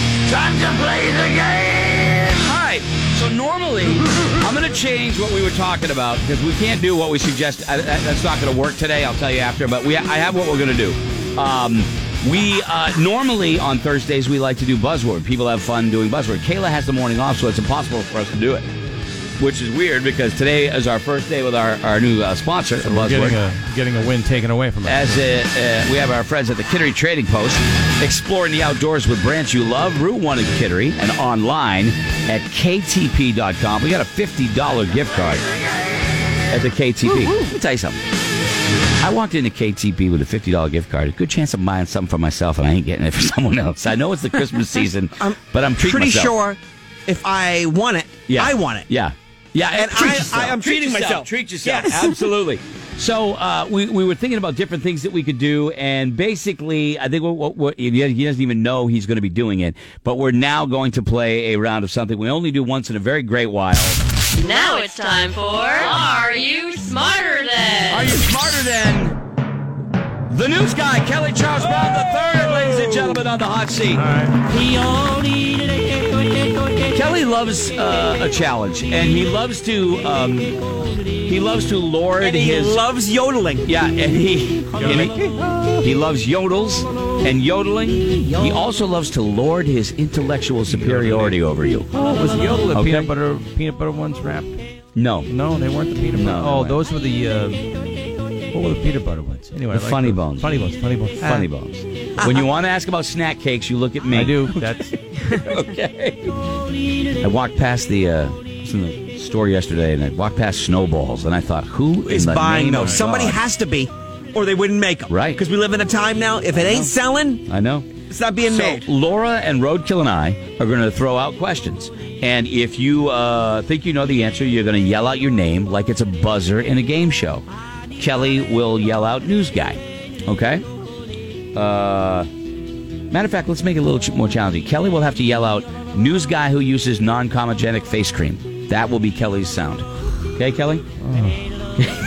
to play the game. All right. So normally, I'm going to change what we were talking about because we can't do what we suggest. I, I, that's not going to work today. I'll tell you after. But we, I have what we're going to do. Um, we uh, normally on Thursdays we like to do buzzword. People have fun doing buzzword. Kayla has the morning off, so it's impossible for us to do it, which is weird because today is our first day with our, our new uh, sponsor, We're buzzword. getting a getting a win taken away from us. As uh, uh, we have our friends at the Kittery Trading Post, exploring the outdoors with brands you love, Route 1 in Kittery, and online at ktp.com. We got a $50 gift card at the KTP. Let me tell you something. I walked into KTP with a $50 gift card. A good chance of buying something for myself, and I ain't getting it for someone else. I know it's the Christmas season, but I'm treating Pretty myself. sure if I want it, Yeah. I want it. Yeah. Yeah. And treat I- yourself. I am Treat treating yourself. myself. Treat yourself. Yes. Absolutely. So uh, we, we were thinking about different things that we could do. And basically, I think what, what, what, he he doesn't even know he's going to be doing it. But we're now going to play a round of something we only do once in a very great while. Now it's time for Are You Smarter Than? Are you smarter than the news guy, Kelly Charles Brown III, ladies and gentlemen, on the hot seat? Kelly loves uh, a challenge, and he loves to um, he loves to lord And he his loves yodeling. yeah, and he and he, he loves yodels and yodeling. He also loves to lord his intellectual superiority over you. Oh, was Yodel the Okay. peanut butter peanut butter ones wrapped? No, No, they weren't the peanut butter. No, they oh, weren't. those were the. Uh, what were the peanut butter ones? Anyway, The I like Funny those. Bones. Funny bones. Funny bones. funny Ah, bones. When you want to ask about snack cakes, you look at me. I do. That's okay. I walked past the, uh, I was in the store yesterday, and I walked past snowballs, and I thought, who Is in the buying name those. of Somebody God? has to be, or they wouldn't make them. Right. Because we live in a time now, if it ain't selling, I know. it's not being so made. Laura and Roadkill and I are going to throw out questions, and if you uh, think you know the answer, you're going to yell out your name like it's a buzzer in a game show. Kelly will yell out "News Guy." Okay. Uh, matter of fact, let's make it a little ch- more challenging. Kelly will have to yell out "News Guy who uses non-comedogenic face cream." That will be Kelly's sound. Okay, Kelly.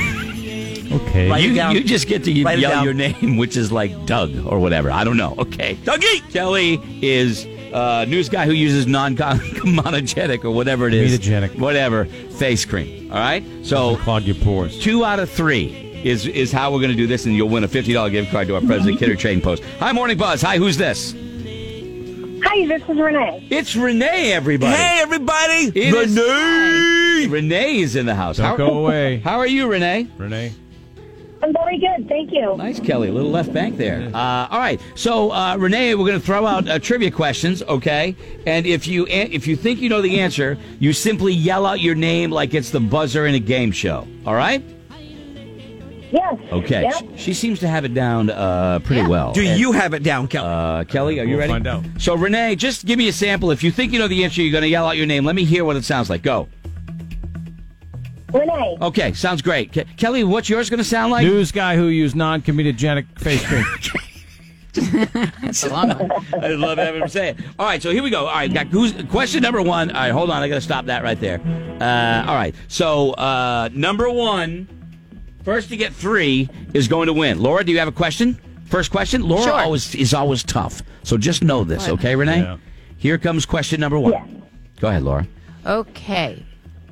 okay. Write it You, down. you just get to y- Write it yell down. your name, which is like Doug or whatever. I don't know. Okay. Dougie! Kelly is uh, news guy who uses non-monogenic or whatever it is. Comedogenic. Whatever. Face cream. All right? So Clog your pores. two out of three is is how we're going to do this, and you'll win a $50 gift card to our President Kidder Trading Post. Hi, Morning Buzz. Hi, who's this? Hi, this is Renee. It's Renee, everybody. Hey, everybody! It is- Renee! Renee is in the house. Don't how, go away, how are you, Renee? Renee. I'm very good, thank you. Nice, Kelly. A little left bank there. Uh, all right. So, uh, Renee, we're going to throw out uh, trivia questions, okay? And if you an- if you think you know the answer, you simply yell out your name like it's the buzzer in a game show. All right? Yes. Okay. Yep. She, she seems to have it down uh, pretty well. Do And, you have it down, Kelly? uh, Kelly? Are you We'll ready? find out. So, Renee, just give me a sample. If you think you know the answer, you're going to yell out your name. Let me hear what it sounds like. Go. Renee. Okay. Sounds great. Ke- Kelly, what's yours going to sound like? News guy who used non-comedogenic face cream. I love having him say it. All right, so here we go. All right, got who's question number one. All right, hold on, I gotta stop that right there. Uh, all right, so uh, number one, first to get three is going to win. Laura, do you have a question? First question. Laura Sure. always is always tough, so just know this, okay, Renee? Yeah. Here comes question number one. Yes. Go ahead, Laura. Okay.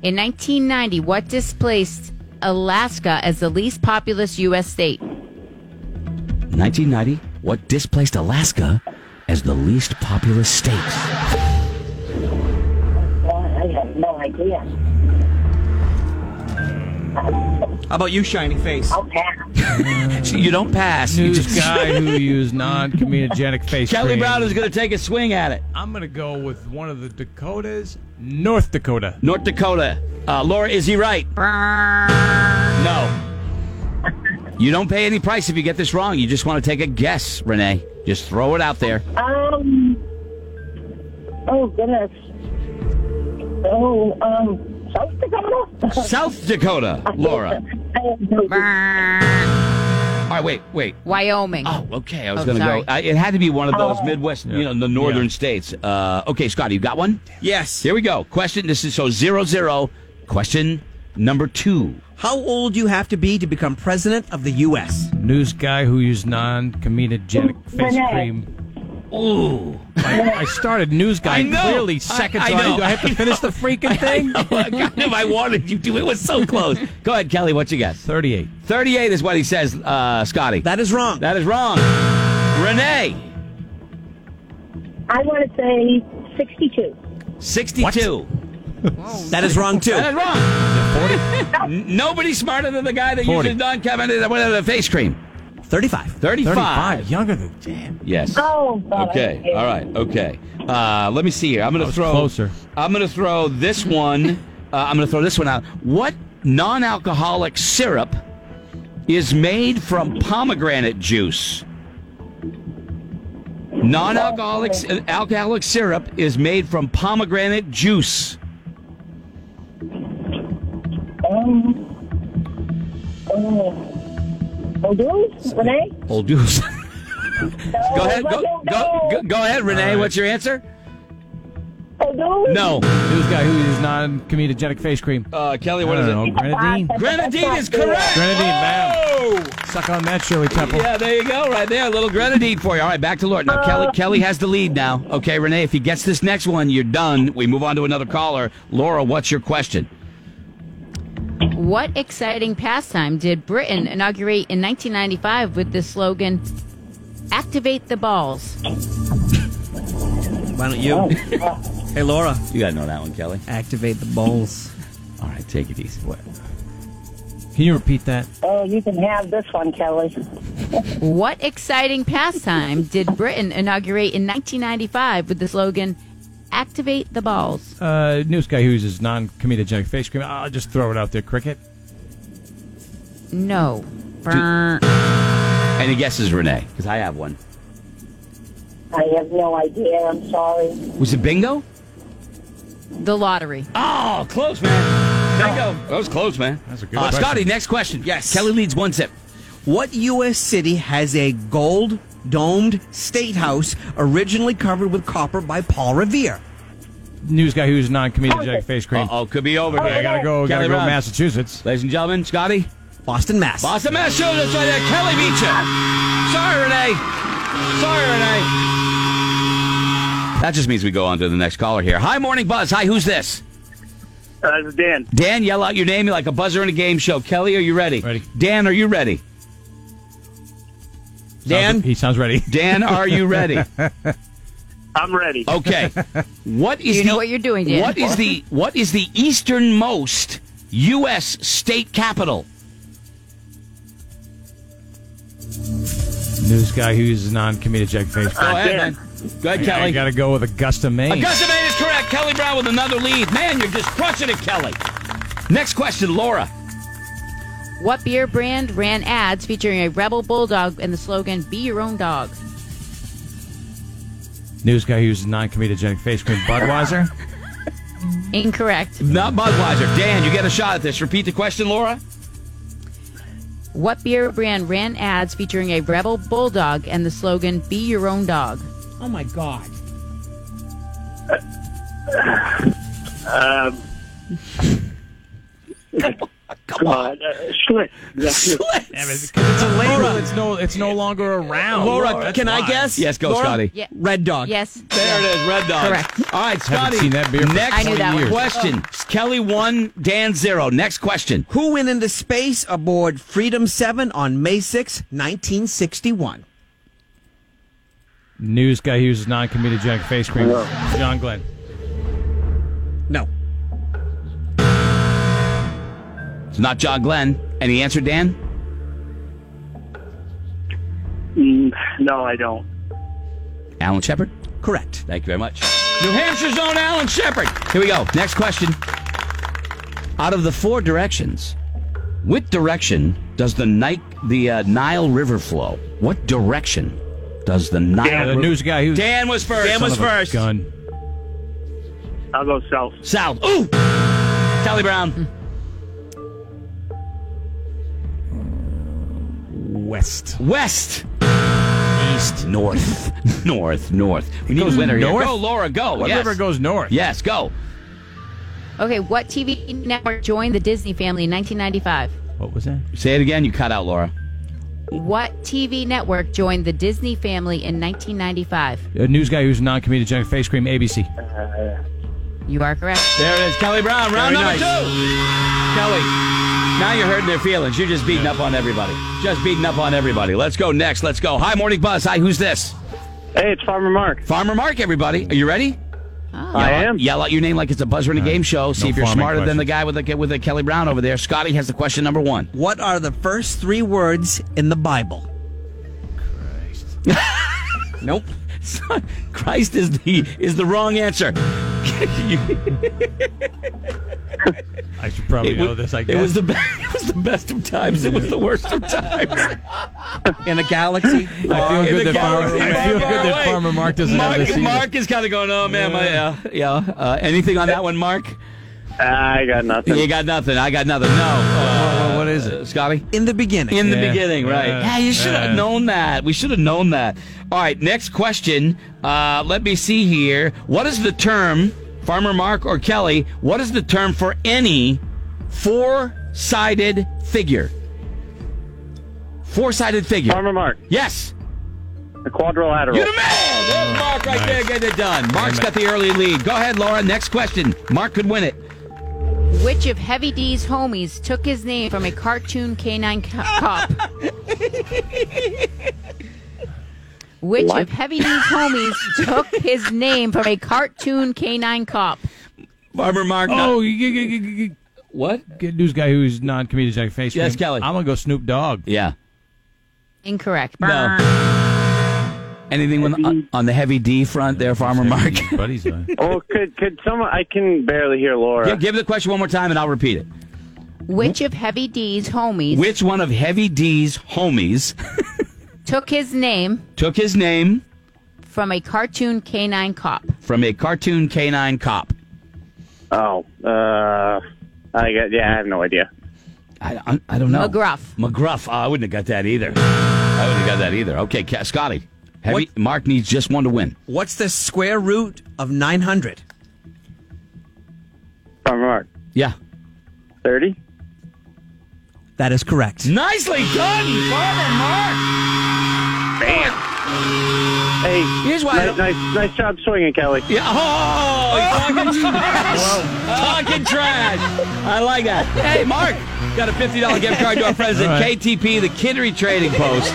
In 1990, what displaced Alaska as the least populous U.S. state? 1990. What displaced Alaska as the least populous state? Well, I have no idea. How about you, shiny face? I'll pass. You don't pass. You News just- guy who used non-comedogenic face cream. Kelly Brown is going to take a swing at it. I'm gonna go with one of the Dakotas, North Dakota. North Dakota. Uh, Laura, is he right? No. You don't pay any price if you get this wrong. You just want to take a guess, Renee. Just throw it out there. Um. Oh goodness. Oh, um, South Dakota. South Dakota, Laura. I have no idea. All right, wait, wait. Wyoming. Oh, okay. I was Oh, going to sorry. go. I, it had to be one of those Oh. Midwest, you know, the northern Yeah. states. Uh, okay, Scotty, you got one? Yes. Here we go. Question. This is so zero zero. Question number two. How old do you have to be to become president of the U.S.? News guy who used non-comedogenic face Renee. cream. Ooh. I, I started news guy I know. I- clearly seconds I ago. know. Do I have to finish the freaking Oh, thing? I kind of I wanted you to. It was so close. Go ahead, Kelly. What you got? 38. 38 is what he says, uh, Scotty. That is wrong. that is wrong. Renee, I want to say 62. 62. that is wrong too. That is wrong. Is it 40? N- Nobody smarter than the guy that 40. uses Don Kevin that went out of the face cream. Thirty-five. 35. 35. Younger than damn. Yes. Oh, God. Okay. All right. Okay. Uh, let me see here. I'm gonna was throw. closer. I'm gonna throw this one. Uh, I'm gonna throw this one out. What non-alcoholic syrup is made from pomegranate juice? Oh. Non-alcoholic uh, alcoholic syrup is made from pomegranate juice. Um, oh, oh, dude, Renee? Old juice. go ahead. Go, Oh, I don't go, know. go, go ahead, Renee. All right. What's your answer? Oh, dude? No. News guy who is non comedogenic face cream. Uh, Kelly, what is I don't it? know. Grenadine. Grenadine is correct. Grenadine, ma'am. Oh! Suck on that, Shirley Temple. Yeah, there you go, right there. A little grenadine for you. All right, back to Lord. Now, Uh. Kelly Kelly has the lead now. Okay, Renee, if he gets this next one, you're done. We move on to another caller. Laura, what's your question? What exciting pastime did Britain inaugurate in 1995 with the slogan "Activate the balls"? Why don't you? hey, Laura, You got to know that one, Kelly. activate the balls. All right, take it easy. Can you repeat that? Oh, you can have this one, Kelly. What exciting pastime did Britain inaugurate in 1995 with the slogan "Activate the balls"? Uh, news guy who uses non comedogenic face cream. I'll just throw it out there, Cricket. No. Brr. Any guesses, Renee? Because I have one. I have no idea. I'm sorry. Was it bingo? The lottery. Oh, close, man. Bingo. That was close, man. That's a good uh, question. Scotty, next question. Yes. Kelly leads one zip. What U.S. city has a gold domed state house originally covered with copper by Paul Revere? News guy who's non comedogenic face cream. Uh-oh, could be over. Oh, here. I gotta Kelly go. Gotta go. Brown. Massachusetts. Ladies and gentlemen, Scotty. Boston, Mass. Boston, Mass shows us right there. Kelly beat you. Sorry, Renee. Sorry, Renee. That just means we go on to the next caller here. Hi, Morning Buzz. Hi, who's this? Uh, this is Dan. Dan, yell out your name like a buzzer in a game show. Kelly, are you ready? Ready. Dan, are you ready? Dan? Sounds- he sounds ready. Dan, are you ready? I'm ready. Okay. What is You know the- what you're doing, Dan. What is the what is the easternmost U.S. state capital? News guy who uses non comedogenic face Go cream. ahead, Uh, Dan. man. Go ahead, Kelly. I gotta go with Augusta, Maine. Augusta Maine is correct. Kelly Brown with another lead. Man, you're just crushing it, Kelly. Next question, Laura. What beer brand ran ads featuring a rebel bulldog and the slogan "Be your own dog"? News guy who uses non comedogenic face cream. Budweiser. Incorrect. Not Budweiser. Dan, you get a shot at this. Repeat the question, Laura. What beer brand ran ads featuring a rebel bulldog and the slogan "Be your own dog"? Oh my God. Come on. Uh, Schlitz. it's a label. It's no. It's no longer around. Laura, That's can I why. guess? Yes, go, Laura? Scotty. Yeah. Red dog. Yes. There it is, Red Dog. Correct. All right, Scotty. seen that beer for next I knew that one. Oh. question. Kelly one, Dan zero. Next question. Who went into space aboard Freedom 7 on May 6, 1961? News guy who uses non comedogenic face cream. John Glenn. No. It's not John Glenn. Any answer, Dan? Mm, no, I don't. Alan Shepard. Correct. Thank you very much. New Hampshire's own Alan Shepard. Here we go. Next question. Out of the four directions, what direction does the Nike, the uh, Nile River flow? What direction does the Nile? Dan, The River- news guy who. Dan was first. Dan Son of a Gun. I'll go south. South. Ooh. Kelly Brown. West. West. East. North. north. North. We need Goes a winner here. north? Go, Laura. Go. What yes. river goes north? Yes. Go. Okay. What TV network joined the Disney family in 1995? What was that? Say it again. You cut out, Laura. What TV network joined the Disney family in 1995? A news guy who's non comedogenic face cream, ABC. You are correct. There it is, Kelly Brown. Round Very nice. number two. Kelly, now you're hurting their feelings. You're just beating up on everybody. Just beating up on everybody. Let's go next. Let's go. Hi, Morning Buzz. Hi, who's this? Hey, it's Farmer Mark. Farmer Mark, everybody. Are you ready? I Yell out- am. Yell out your name like it's a buzzer in a game show. See No if you're farming smarter than the questions. guy with the with the Kelly Brown over there. Scotty has the question number one. What are the first three words in the Bible? nope. Christ is the is the wrong answer. I should probably It know was- this, I it guess. was the be- it was the best of times. It was the worst of times. In a galaxy. I feel In good the that Farmer, galaxy I feel far, good far that away. Farmer Mark doesn't have Mark, this either. Mark is kind of going, oh man, my, yeah, yeah. Uh, anything on that one, Mark? I got nothing. You got nothing. I got nothing. No. Uh, Oh, What is uh, it? Scotty? In the beginning. In the Yeah. beginning, right? Yeah. Yeah, you should have Yeah. known that. We should have known that. All right, next question. Uh, let me see here. What is the term, Farmer Mark or Kelly? What is the term for any four-sided figure? Four-sided figure. Farmer Mark. Yes. The quadrilateral. You the man. There's Mark right there getting it done. Mark's Damn got the early lead. Go ahead, Laura. Next question. Mark could win it. Which of Heavy D's homies took his name from a cartoon canine co- cop? Which of Heavy D's homies took his name from a cartoon canine cop? Farmer Mark. Oh, you, you, you, you, you- what? good news guy who's non comedogenic face cream. Yes, Kelly. I'm going to go Snoop Dogg. Yeah. Incorrect. No. Anything on, on, on the heavy D front there, Farmer Mark? Buddy's on. Oh, could could someone? I can barely hear Laura. give, give the question one more time and I'll repeat it. Which of Heavy D's homies Which one of Heavy D's homies took his name took his name from a cartoon canine cop? from a cartoon canine cop? Oh, uh, I got. Yeah, I have no idea. I, I, I don't know. McGruff. McGruff. Oh, I wouldn't have got that either. I wouldn't have got that either. Okay, Ca- Scotty. Heavy, What? Mark needs just one to win. What's the square root of 900? Farmer Mark. Yeah. Thirty. That is correct. Nicely done, Farmer Mark. Hey, Here's why I nice, don't- nice, nice job swinging, Kelly. Yeah. Oh, talking trash. talking trash. I like that. Hey, Mark, got a fifty dollar gift card to our friends at All right. KTP, the Kittery Trading Post.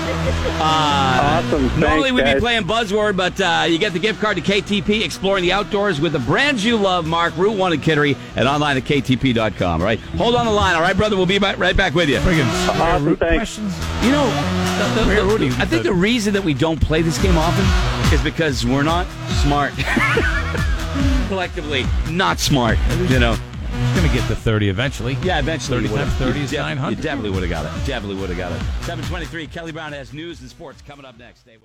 Awesome. Uh, Normally Thanks, we'd be guys. playing Buzzword, but uh, you get the gift card to KTP, exploring the outdoors with the brands you love, Mark, Route 1 in Kittery, and online at KTP.com. All right, hold on the line. All right, brother, we'll be right right back with you. Friggin' square Awesome, root thanks. questions. You know, the- the- Where would the- he- I think the reason that we don't play this game often is because we're not smart. Collectively, not smart, you know. He's going to get to 30 eventually. Yeah, eventually. 30 you would've- times 30 is you def- 900. You definitely would have got it. Definitely would have got it. 723, Kelly Brown has news and sports coming up next. Stay with